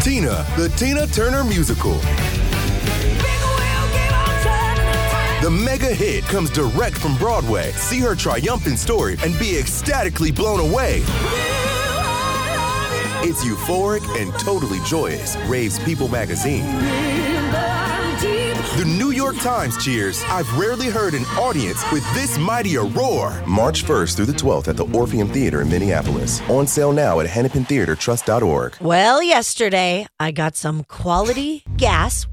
Tina, the Tina Turner Musical. The mega hit comes direct from Broadway. See her triumphant story and be ecstatically blown away. It's euphoric and totally joyous, raves People magazine. The New York Times cheers, I've rarely heard an audience with this mighty a roar. March 1st through the 12th at the Orpheum Theater in Minneapolis. On sale now at hennepintheatertrust.org. Well, yesterday I got some quality gas.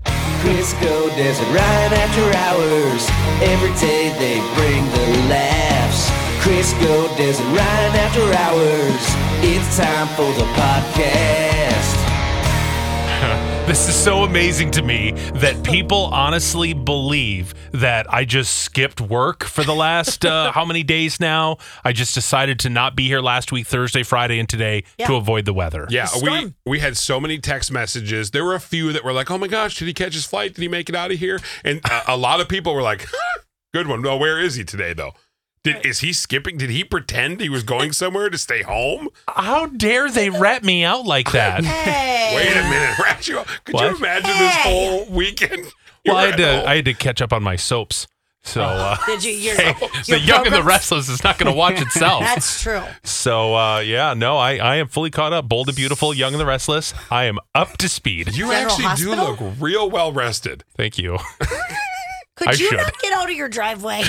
Crisco Desert Ryan after hours. Every day they bring the laughs. Crisco Desert Ryan after hours. It's time for the podcast. This is so amazing to me that people honestly believe that I just skipped work for the last uh, how many days now? I just decided to not be here last week, Thursday, Friday, and today Yeah. to avoid the weather. Yeah, we storm. we had so many text messages. There were a few that were like, "Oh my gosh, did he catch his flight? Did he make it out of here?" And uh, a lot of people were like, "Good one." No, where is he today though? Did is he skipping? Did he pretend he was going somewhere to stay home? How dare they rat me out like that? Wait a minute, rat you out. Could you What? imagine this Oh. Hey. whole weekend? well, I You're had at to I home. had to catch up on my soaps. So uh, Did you? Oh. Your, the Young and the Restless is not going to watch itself. That's true. so uh, yeah, no, I I am fully caught up. Bold and beautiful, Young and the Restless. I am up to speed. you General actually Hospital? do look real well rested. Thank you. Could I you should. not get out of your driveway?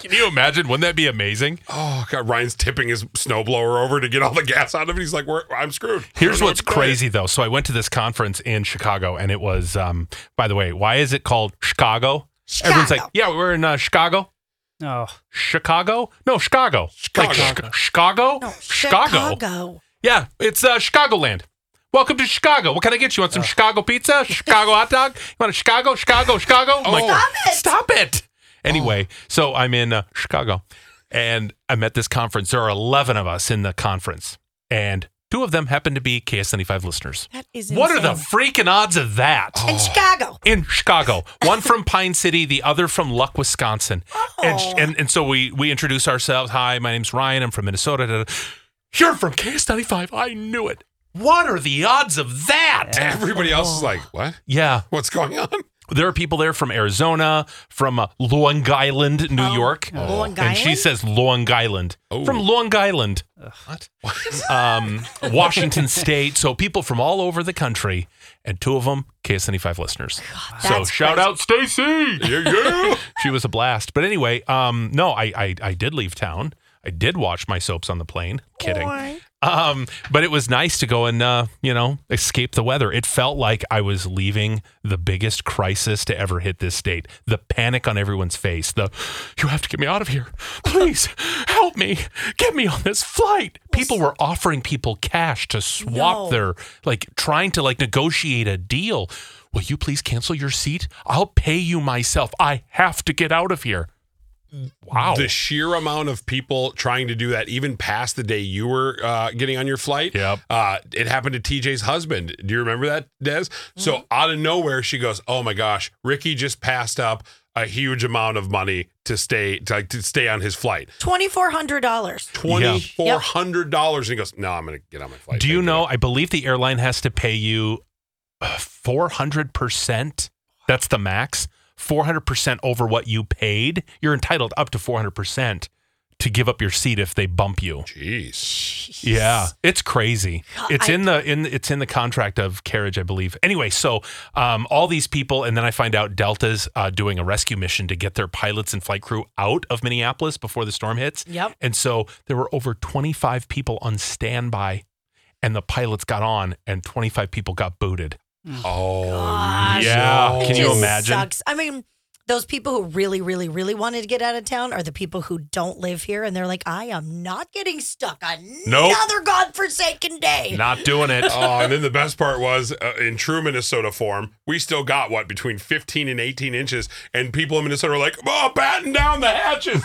Can you imagine? Wouldn't that be amazing? Oh God, Ryan's tipping his snowblower over to get all the gas out of it. He's like, We're, "I'm screwed." I Here's don't know what's what to tell you. crazy though. So I went to this conference in Chicago, and it was, um, by the way, why is it called Chicago? Everyone's like, Chicago. yeah, we're in uh, Chicago. Oh, Chicago? No, Chicago. Like, Chicago. Ch- Chicago? No, Chicago. Oh, Chicago. Yeah, it's uh, Chicagoland. Welcome to Chicago. What can I get you? Want Uh. some Chicago pizza? Chicago hot dog? You want a Chicago? Chicago? Chicago? Oh I'm like, it. Stop Oh. Stop it. Anyway, so I'm in uh, Chicago and I'm at this conference. There are 11 of us in the conference, and two of them happen to be KS95 listeners. That is What are the Oh. insane. freaking odds of that? in Chicago? in Chicago. One from Pine City, the other from Luck, Wisconsin. And, Oh. and and so we we introduce ourselves. Hi, my name's Ryan. I'm from Minnesota. Da- da- You're from KS95. I knew it. What are the odds of that? Yeah. Everybody else Oh. is like, "What? What's going on?" There are people there from Arizona, from uh, Long Island, New York. Oh. Long And she Island? Oh. says Long Island. From Long Island. What? Um, Washington State. So people from all over the country, and two of them KS95 listeners. so that's shout crazy. out Stacy. Yeah, yeah. she was a blast. But anyway, um, no, I, I I did leave town. I did watch my soaps on the plane. Kidding. Boy. Um, but it was nice to go and uh, you know escape the weather. It felt like I was leaving the biggest crisis to ever hit this state. The panic on everyone's face. The you have to get me out of here, please help me, get me on this flight. People were offering people cash to No. swap their like trying to like negotiate a deal. Will you please cancel your seat? I'll pay you myself. I have to get out of here. Wow. The sheer amount of people trying to do that, even past the day you were uh, getting on your flight. Yep. Uh, it happened to TJ's husband. Do you remember that, Des? So out of nowhere, she goes, "Oh my gosh, Ricky just passed up a huge amount of money to stay to, like, to stay on his flight $2,400. twenty four hundred dollars." And he goes, "No, I'm going to get on my flight." Do you Thank know? I believe the airline has to pay you four hundred percent. That's the max. Four hundred percent over what you paid. You're entitled up to four hundred percent to give up your seat if they bump you. Jeez. Yeah, it's crazy. It's I- in the in it's in the contract of carriage, I believe. Anyway, so um, all these people, and then I find out Delta's uh, doing a rescue mission to get their pilots and flight crew out of Minneapolis before the storm hits. Yep. And so there were over 25 people on standby, and the pilots got on, and 25 people got booted. Oh Gosh. Yeah, no. It can you just imagine? Sucks. I mean, those people who really, really, really wanted to get out of town are the people who don't live here and they're like, I am not getting stuck another Nope. godforsaken day. Not doing it. Oh, and then the best part was uh, in true Minnesota form, we still got what between 15 and 18 inches, and people in Minnesota were like, "Oh, batten down the hatches."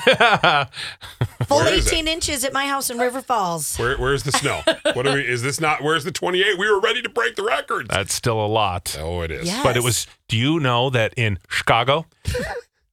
Full Where is it? 18 inches at my house in River Falls. Where, where's the snow? What are we? Is this not? Where's the 28? We were ready to break the records. That's still a lot. oh, it is. Yes. But it was. Do you know that in Chicago,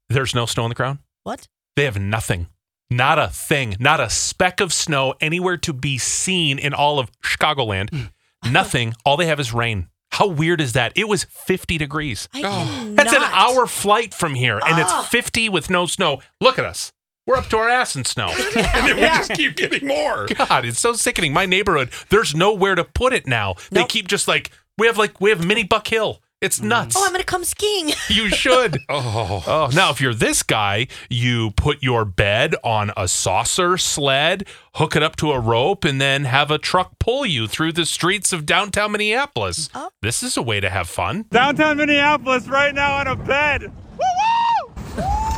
there's no snow on the ground? What? They have nothing. Not a thing. Not a speck of snow anywhere to be seen in all of Chicagoland. Hmm. nothing. All they have is rain. How weird is that? It was 50 degrees. I did Oh, That's an not. hour flight from here, and Ah. it's 50 with no snow. Look at us. We're up to our ass in snow. and then we just keep getting more. God, it's so sickening. My neighborhood, there's nowhere to put it now. They Nope. keep just like we have like we have mini Buck Hill. It's nuts. Oh, I'm going to come skiing. you should. Oh, Oh, now if you're this guy, you put your bed on a saucer sled, hook it up to a rope, and then have a truck pull you through the streets of downtown Minneapolis. This is a way to have fun. downtown Minneapolis right now on a bed. What the heck?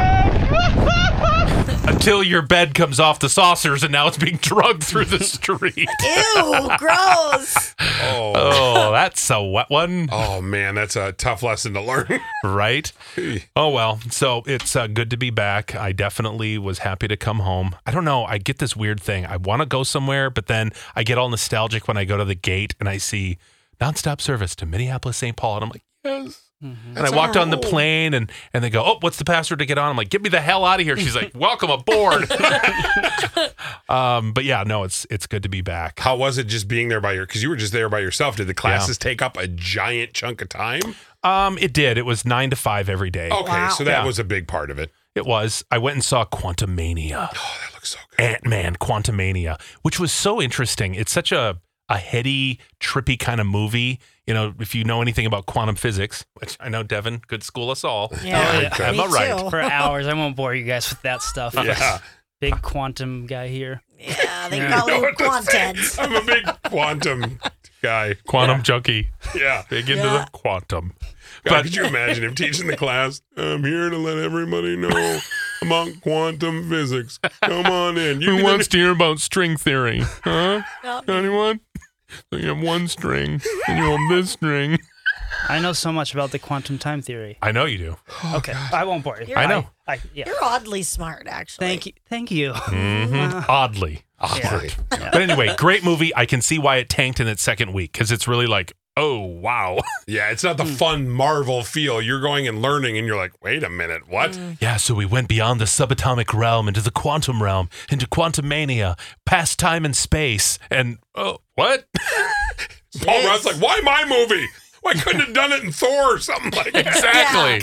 Until your bed comes off the saucers and now it's being drugged through the street. Ew, gross. oh, oh, that's a wet one, oh man, that's a tough lesson to learn. right? Oh well, so it's uh, good to be back. I definitely was happy to come home. I don't know. I get this weird thing. I want to go somewhere, but then I get all nostalgic when I go to the gate and I see nonstop service to Minneapolis, St. Paul, and I'm like, yes. And I walked on the plane, and and they go, oh, what's the password to get on? I'm like, get me the hell out of here. She's like, welcome aboard. um, but yeah, no, it's it's good to be back. How was it just being there by your? Because you were just there by yourself. Did the classes take up a giant chunk of time? Um, it did. It was nine to five every day. Okay, so that Yeah. was a big part of it. It was. I went and saw Quantumania. Oh, that looks so good. Ant Man Quantumania, which was so interesting. It's such a, a heady, trippy kind of movie. You know, if you know anything about quantum physics, which I know Devin could school us all. Uh, Yeah. Okay. Am I Me right? too. for hours. I won't bore you guys with that stuff. I'm a Yeah. Big quantum guy here. Yeah, they Yeah. call him know what to say. quanteds. I'm a big quantum guy. Quantum junkie. Yeah. Big into Yeah. the quantum. God, could you imagine him teaching the class? I'm here to let everybody know about quantum physics. Come on in. You can to hear about string theory? Huh? Anyone? So you have one string and you hold this string. I know so much about the quantum time theory. I know you do. okay, I won't bore you. I know. I, yeah. Oh, You're oddly smart, actually. Thank you. Thank you. Mhm. Oddly. Oddly. But anyway, great movie. I can see why it tanked in its second week because it's really like, oh, wow. Yeah, it's not the fun Marvel feel. You're going and learning, and you're like, wait a minute, what? Yeah, so we went beyond the subatomic realm into the quantum realm, into quantum mania, past time and space, and oh, what? Paul Rudd's like, why my movie? Why couldn't have done it in Thor or something like that? Exactly.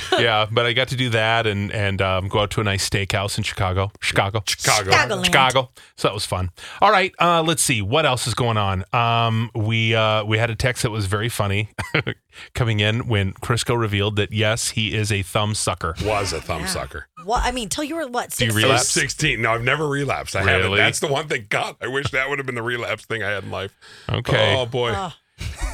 God. yeah, but I got to do that and and um, go out to a nice steakhouse in Chicago, Chicago, Chicago. Chicagoland. Chicago. So that was fun. All right, uh, let's see what else is going on. Um, we uh, we had a text that was very funny coming in when Crisco revealed that yes, he is a thumb sucker. Was a thumb sucker. What I mean, till you were what? you 16? I was Relapse? 16. No, I've never relapsed. I haven't. Really? That's the one thing. God, I wish that would have been the relapse thing I had in life. Okay. Oh, boy.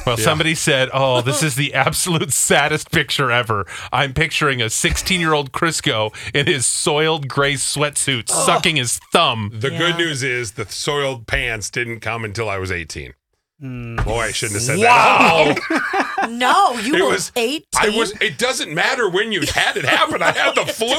Well, somebody said, "Oh, this is the absolute saddest picture ever." I'm picturing a 16-year-old Crisco in his soiled gray sweatsuit sucking his thumb. The good Yeah. news is the soiled pants didn't come until I was 18. Boy, I shouldn't have said Wow. that. No, you It were was- 18. I was. It doesn't matter when you had it happen. I had the flu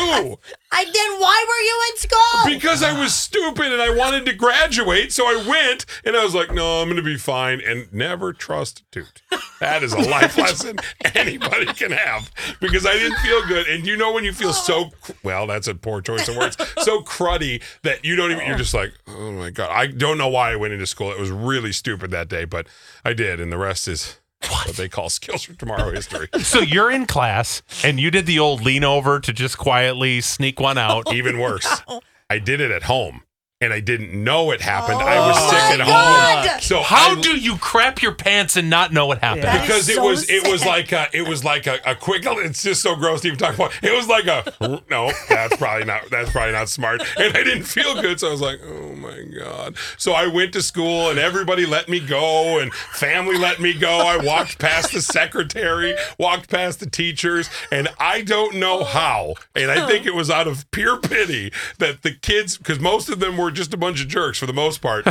I- then why were you in school? because I was stupid and I wanted to graduate. So I went and I was like, "No, I'm going to be fine." And never trust a toot. That is a life lesson anybody can have because I didn't feel good. And you know when you feel so cr- well, that's a poor choice of words. So cruddy that you don't even. You're just like, "Oh my god!" I don't know why I went into school. It was really stupid that day, but I did, and the rest is. What they call skills for tomorrow history. So you're in class and you did the old lean over to just quietly sneak one out. Even worse, I did it at home. and I didn't know it happened. I was Oh sick at my home. God! So How I- do you crap your pants and not know what happened? Yeah. That is because it so was it was sick. like a, it was like a, a quick it's just so gross to even talk about it was like a no that's probably not that's probably not smart and i didn't feel good so i was like oh my god so i went to school and everybody let me go and family let me go i walked past the secretary walked past the teachers and i don't know how and i think it was out of pure pity that the kids because most of them were just a bunch of jerks for the most part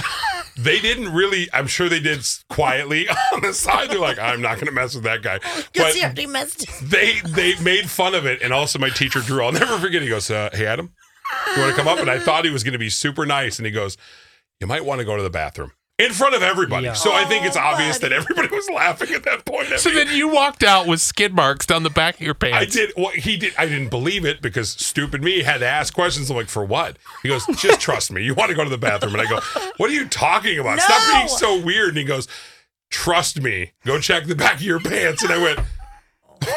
they didn't really i'm sure they did s- quietly on the side they're like i'm not going to mess with that guy Because but he already messed it. they they made fun of it and also my teacher drew i'll never forget he goes uh, hey adam you want to come up and i thought he was going to be super nice and he goes you might want to go to the bathroom in front of everybody Yeah. so i think it's Oh, obvious buddy. that everybody was laughing at that point at So me. then you walked out with skid marks down the back of your pants. I did. Well, he did. I didn't believe it because stupid me had to ask questions. I'm like, for what? He goes, just trust me. You want to go to the bathroom? And I go, what are you talking about? Stop No! being so weird. And he goes, trust me. Go check the back of your pants. And I went.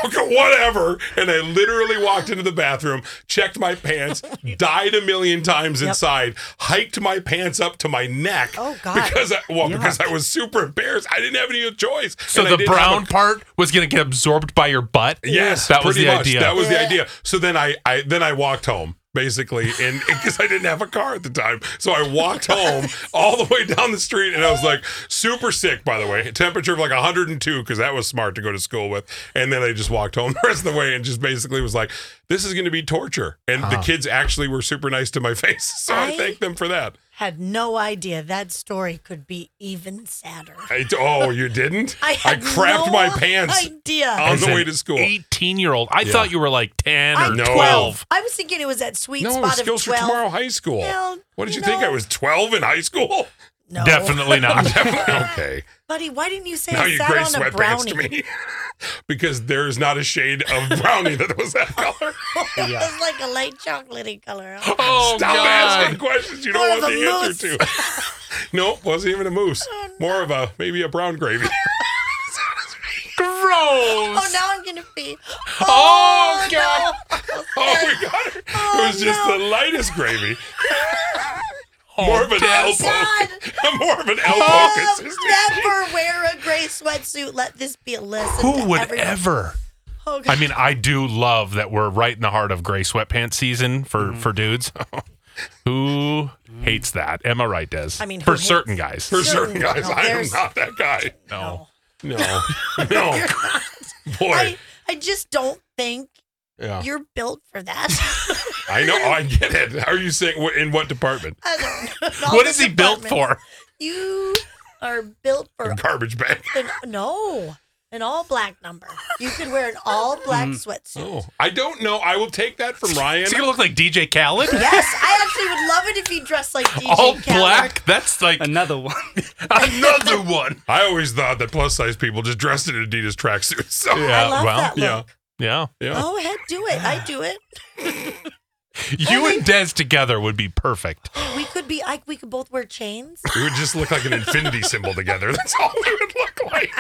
Okay, whatever. And I literally walked into the bathroom, checked my pants, died a million times inside, hiked my pants up to my neck. Oh, God. Because I, well, because I was super embarrassed. I didn't have any other choice. So And I the didn't have a brown part was going to get absorbed by your butt. Yes, that was pretty the much. idea. That was the Yeah. idea. So then I, I then I walked home basically, and because I didn't have a car at the time, so I walked home all the way down the street, and I was like super sick. By the way, temperature of like 102 because that was smart to go to school with. And then I just walked home the rest of the way, and just basically was like, "This is going to be torture." And the kids actually were super nice to my face, so I, I- thank them for that. Had no idea that story could be even sadder. I, oh, you didn't? I had crapped no my pants. idea. on As the way an to school. 18 year old. I Yeah. thought you were like 10 I'm or No. 12. I was thinking it was that sweet No, it was spot of Skills for 12. Tomorrow High School. Well, what did you no. think? I was 12 in high school? No. Definitely not. okay. Buddy, why didn't you say now I you sat gray on a brownie? sweatpants to me. because there's not a shade of brownie that was that color. it was like a light chocolatey color. Oh, Stop asking God. questions you More don't of want a Oh, the answer to. nope, wasn't even a moose. More of a, maybe a brown gravy. Gross. Oh, now I'm going to pee. Oh, God. no. Oh, we got her. it was just Oh, no. the lightest gravy. more of an Oh, my elbow. more of an elbow. Mom, consistency. Um, never wear a gray sweatsuit. Let this be a lesson. Who to would everyone. ever? Oh, God. I mean, I do love that we're right in the heart of gray sweatpants season for, Mm-hmm. for dudes. who hates that? Am I right, Des? I mean, who for hates- certain guys. For certain No, guys, I am there's- not that guy. no. No, no, boy, I, I just don't think yeah, you're built for that. I know. I get it. Are you saying what, in what department? I don't know. In all What the is he built departments, for? You are built for Garbage bag. an, no, an all black number. You could wear an all Hmm. black sweatsuit. Oh, I don't know. I will take that from Ryan. Is he going to look like DJ Khaled? Yes, I actually would love it if you dressed like DJ All Khaled. black? That's like Another one. another one. I always thought that plus size people just dressed in Adidas tracksuits. So. Yeah. I love well, that yeah. look. Yeah. Yeah. Oh, heck, do it. I do it. You and Des together would be perfect. We could be. I, we could both wear chains. We would just look like an infinity symbol together. That's all we would look like.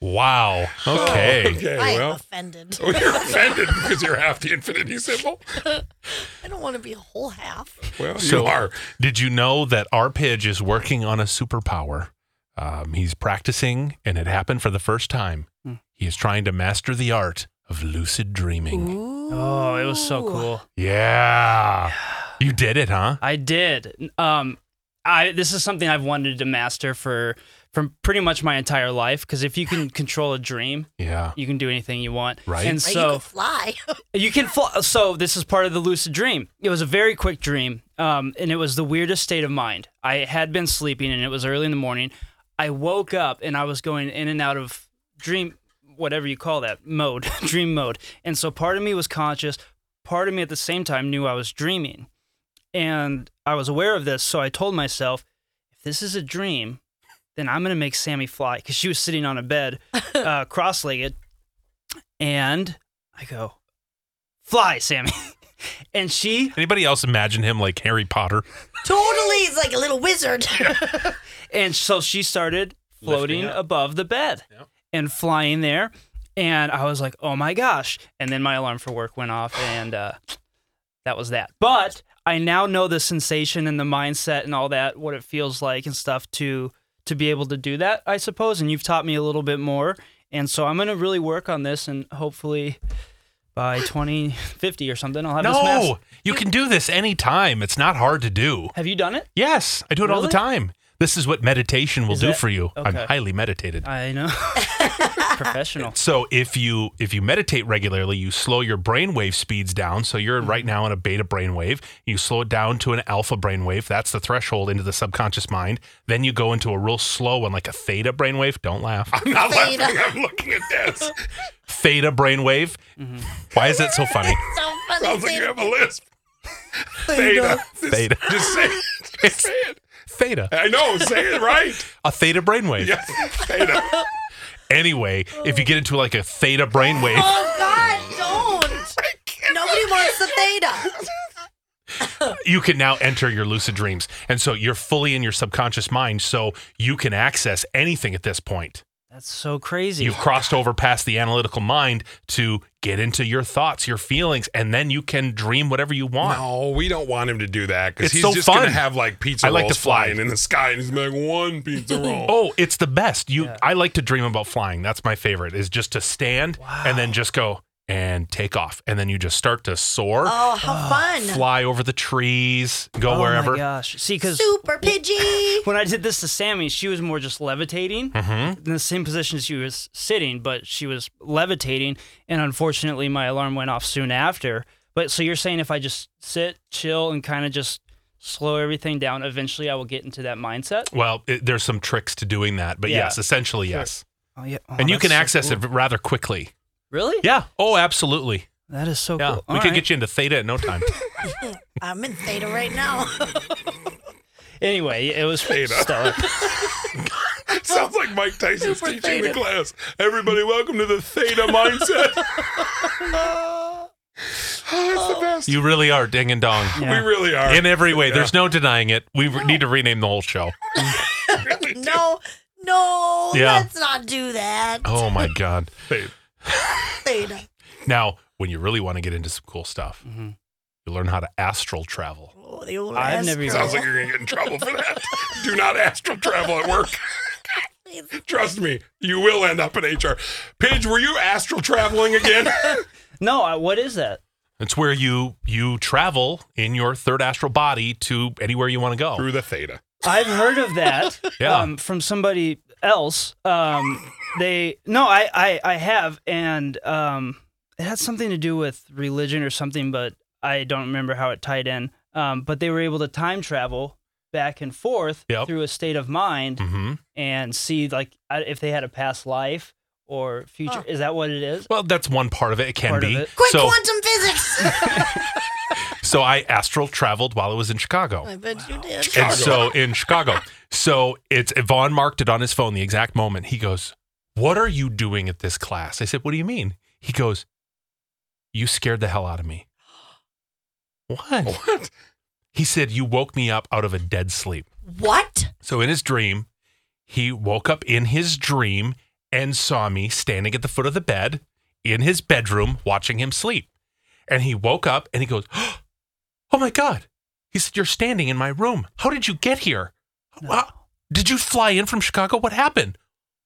Wow. Oh, Okay. Okay, I am well, offended. you're offended because you're half the infinity symbol. I don't want to be a whole half. Well, So- you are. Did you know that our Pidge is working on a superpower? Um, he's practicing, and it happened for the first time. Hmm. He is trying to master the art of lucid dreaming. Oh, it was so cool. Yeah. You did it, huh? I did. Um, I this is something I've wanted to master for from pretty much my entire life. Because if you can control a dream, Yeah. you can do anything you want. Right. And Right, so you could fly. You can fly. So this is part of the lucid dream. It was a very quick dream, um, and it was the weirdest state of mind. I had been sleeping, and it was early in the morning. I woke up, and I was going in and out of dream, whatever you call that mode, dream mode. And so part of me was conscious, part of me at the same time knew I was dreaming, and I was aware of this. So I told myself, if this is a dream, then I'm gonna make Sammy fly because she was sitting on a bed, uh, cross-legged, and I go, fly, Sammy. and she Anybody else imagine him like Harry Potter? totally, it's like a little wizard. and so she started floating above the bed and flying there. And I was like, oh my gosh. And then my alarm for work went off and uh, that was that. But I now know the sensation and the mindset and all that, what it feels like and stuff to to be able to do that, I suppose. And you've taught me a little bit more. And so I'm gonna really work on this and hopefully by 2050 or something, I'll have this No, mask. you can do this anytime. It's not hard to do. Have you done it? Yes, I do it all the Really? time. This is what meditation will Is do that- for you. I'm okay. highly meditated. I know. Professional. So if you if you meditate regularly, you slow your brainwave speeds down. So Mm-hmm. you're right now in a beta brainwave. You slow it down to an alpha brainwave. That's the threshold into the subconscious mind. Then you go into a real slow one, like a theta brainwave. Don't laugh. I'm not Fade. laughing. I'm looking at this. Theta brainwave. Mm-hmm. Why is that so funny? So funny. Sounds like Dave. you have a lisp. Theta. Just- Theta. Just say it. Just say it. Theta. I know. Say it right. A theta brainwave. Yeah. Theta. Anyway, if you get into like a theta brainwave, Oh God, don't! Nobody wants the theta. you can now enter your lucid dreams. And so you're fully in your subconscious mind, so you can access anything at this point. That's so crazy. You've crossed over past the analytical mind to get into your thoughts, your feelings, and then you can dream whatever you want. No, we don't want him to do that because It's he's so just fun. gonna have like pizza I like to rolls fly. flying in the sky, and he's gonna be like one pizza roll. Oh, it's the best. You I like to dream about flying. That's my favorite. Is just to stand and then just go and take off. And then you just start to soar, Oh, how fun! fly over the trees, go oh wherever. My gosh. See, because Super Pidgey. when I did this to Sammy, she was more just levitating Mm-hmm. in the same position she was sitting, but she was levitating. And unfortunately, my alarm went off soon after. But so you're saying if I just sit, chill, and kind of just slow everything down, eventually I will get into that mindset? Well, it, there's some tricks to doing that, but Yeah. yes, essentially yes. Oh, yeah. Oh, and you that's can so access cool. it rather quickly. Really? Yeah. Oh, absolutely. That is so Yeah. cool. we could get you into theta in no time. I'm in theta right now. you. Anyway, it was Theta. stellar. Sounds like Mike Tyson's Super teaching theta. the class. Everybody, welcome to the Theta Mindset. oh, it's Oh. the best. you really are ding and dong. Yeah. We really are. In every way, there's no denying it. We re- need to rename the whole show. no, no. Yeah. Let's not do that. Oh my god! Theta. Now, when you really want to get into some cool stuff, Mm-hmm. you learn how to astral travel. Oh, the old I've never even- astral. Sounds like you're gonna get in trouble for that. Do not astral travel at work. Trust me, you will end up in HR. Pidge, were you astral traveling again? no, I, what is that? It's where you you travel in your third astral body to anywhere you want to go. Through the Theta. I've heard of that Yeah. um, from somebody else. Um, they no, I, I I have, and um, it had something to do with religion or something, but I don't remember how it tied in. Um, but they were able to time travel back and forth Yep. through a state of mind hmm and see like I- if they had a past life or future. Is that what it is? Well, that's one part of it. It can Part of be. it. Quick So, quantum physics. so I astral traveled while I was in Chicago. I bet you did. And so in Chicago. So it's Vaughn marked it on his phone the exact moment. He goes, What are you doing at this class? I said, What do you mean? He goes, You scared the hell out of me. What? What? He said, You woke me up out of a dead sleep. what? So in his dream, he woke up in his dream and saw me standing at the foot of the bed in his bedroom watching him sleep. And he woke up and he goes, Oh my God. He said, You're standing in my room. How did you get here? Wow. Did you fly in from Chicago? What happened?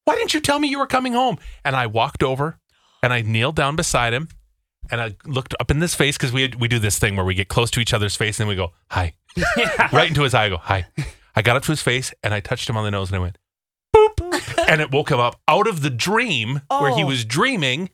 Why didn't you tell me you were coming home? And I walked over and I kneeled down beside him and I looked up in this face because we, we do this thing where we get close to each other's face and then we go, Hi. right into his eye. I go, Hi. I got up to his face and I touched him on the nose and I went, Boop. and it woke him up out of the dream where he Oh. was dreaming.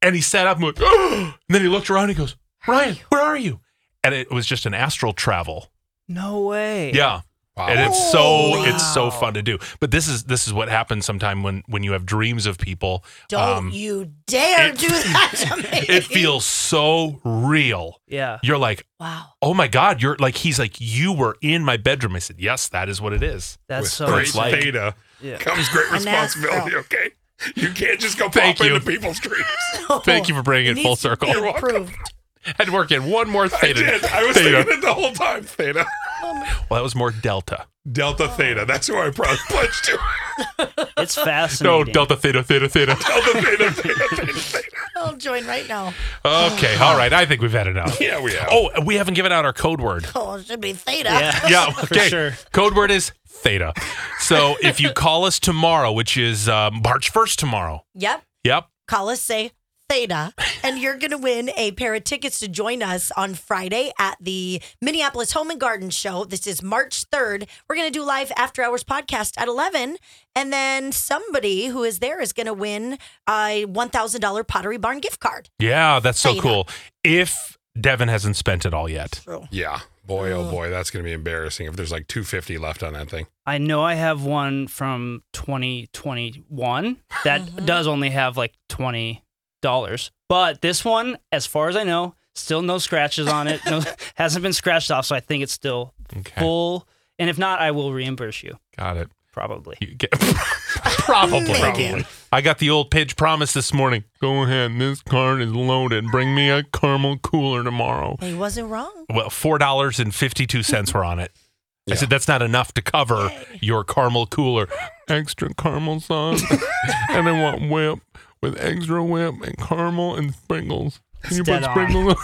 And he sat up and went, and then he looked around and he goes, Ryan, where are you? And it was just an astral travel. No way. Yeah. And it's so Oh, it's so wow. fun to do. But this is this is what happens sometime when when you have dreams of people. Don't you dare Um, it- do that to me. It feels so real. Yeah. You're like, Wow. oh my God, you're like he's like, you were in my bedroom. I said, Yes, that is what it is. That's so Great it's like- Theta Yeah. comes great And that's responsibility, real. okay? You can't just go Thank pop you. into people's dreams. Thank you for bringing it full needs to circle. be You're welcome. improved. I'd work in one more I theta. did. I was theta. thinking it the whole time. Theta. Well, that was more delta. Delta Theta. That's who I probably pledged to. It's No, fascinating. delta theta theta theta. Delta Theta Theta Theta Theta. I'll join right now. Okay, all right. I think we've had enough. Oh. Yeah, we have. Oh, we haven't given out our code word. Oh, it should be Theta. Yeah. Yeah, For okay. sure. Code word is theta. So if you call us tomorrow, which is um, March 1st tomorrow. Yep. Yep. Call us, say Theta, and you're going to win a pair of tickets to join us on Friday at the Minneapolis Home and Garden Show. This is March 3rd. We're going to do live after hours podcast at 11. And then somebody who is there is going to win a $1,000 Pottery Barn gift card. Yeah, that's so Theta. cool. If Devin hasn't spent it all yet. Yeah. Boy, oh boy, that's going to be embarrassing if there's like 250 left on that thing. I know I have one from 2021 that does only have like $20, but this one, as far as I know, still no scratches on it. No, hasn't been scratched off, so I think it's still Okay. full. And if not, I will reimburse you Got it. probably. You get- probably. Maybe. I got the old Pidge promise this morning. Go ahead. This card is loaded. Bring me a caramel cooler tomorrow. He wasn't wrong. Well, $4.52 were on it. I said, that's not enough to cover your caramel cooler. Extra caramel sauce. and I want whip with extra whip and caramel and sprinkles. Can you Dead put on. sprinkles on?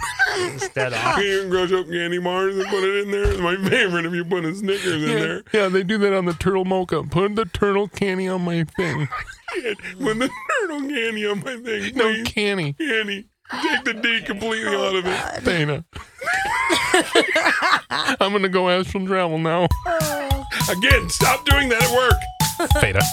It's dead on. You can grow up candy bars and put it in there. It's my favorite if you put a Snickers in there. Yeah, they do that on the turtle mocha. Put the turtle candy on my thing. Kid, When the turtle candy on my thing, No please. candy. candy. Take the D completely out of it. Dana. I'm gonna go astral travel now. Again, stop doing that at work. Theta.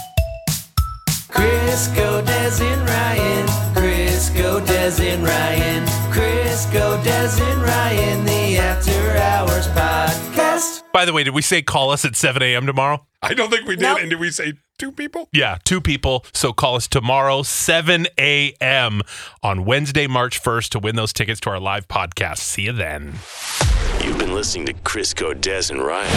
Crisco Des and Ryan. Crisco Des and Ryan. Crisco Des and Ryan. The After Hours Podcast. By the way, did we say call us at 7 a.m. tomorrow? I don't think we did. Nope. And did we say two people? Yeah, two people. So call us tomorrow, 7 a.m. on Wednesday, March 1st to win those tickets to our live podcast. See you then. You've been listening to Crisco, Des, and Ryan.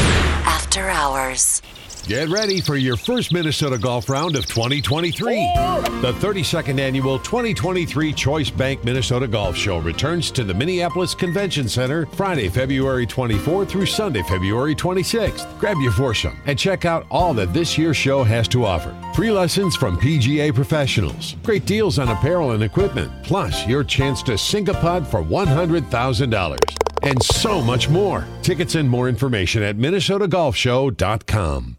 After Hours. Get ready for your first Minnesota Golf Round of 2023. The 32nd annual 2023 Choice Bank Minnesota Golf Show returns to the Minneapolis Convention Center Friday, February 24 through Sunday, February 26th. Grab your foursome and check out all that this year's show has to offer. Free lessons from PGA professionals, great deals on apparel and equipment, plus your chance to sink a putt for $100,000. And so much more. Tickets and more information at MinnesotaGolfShow.com.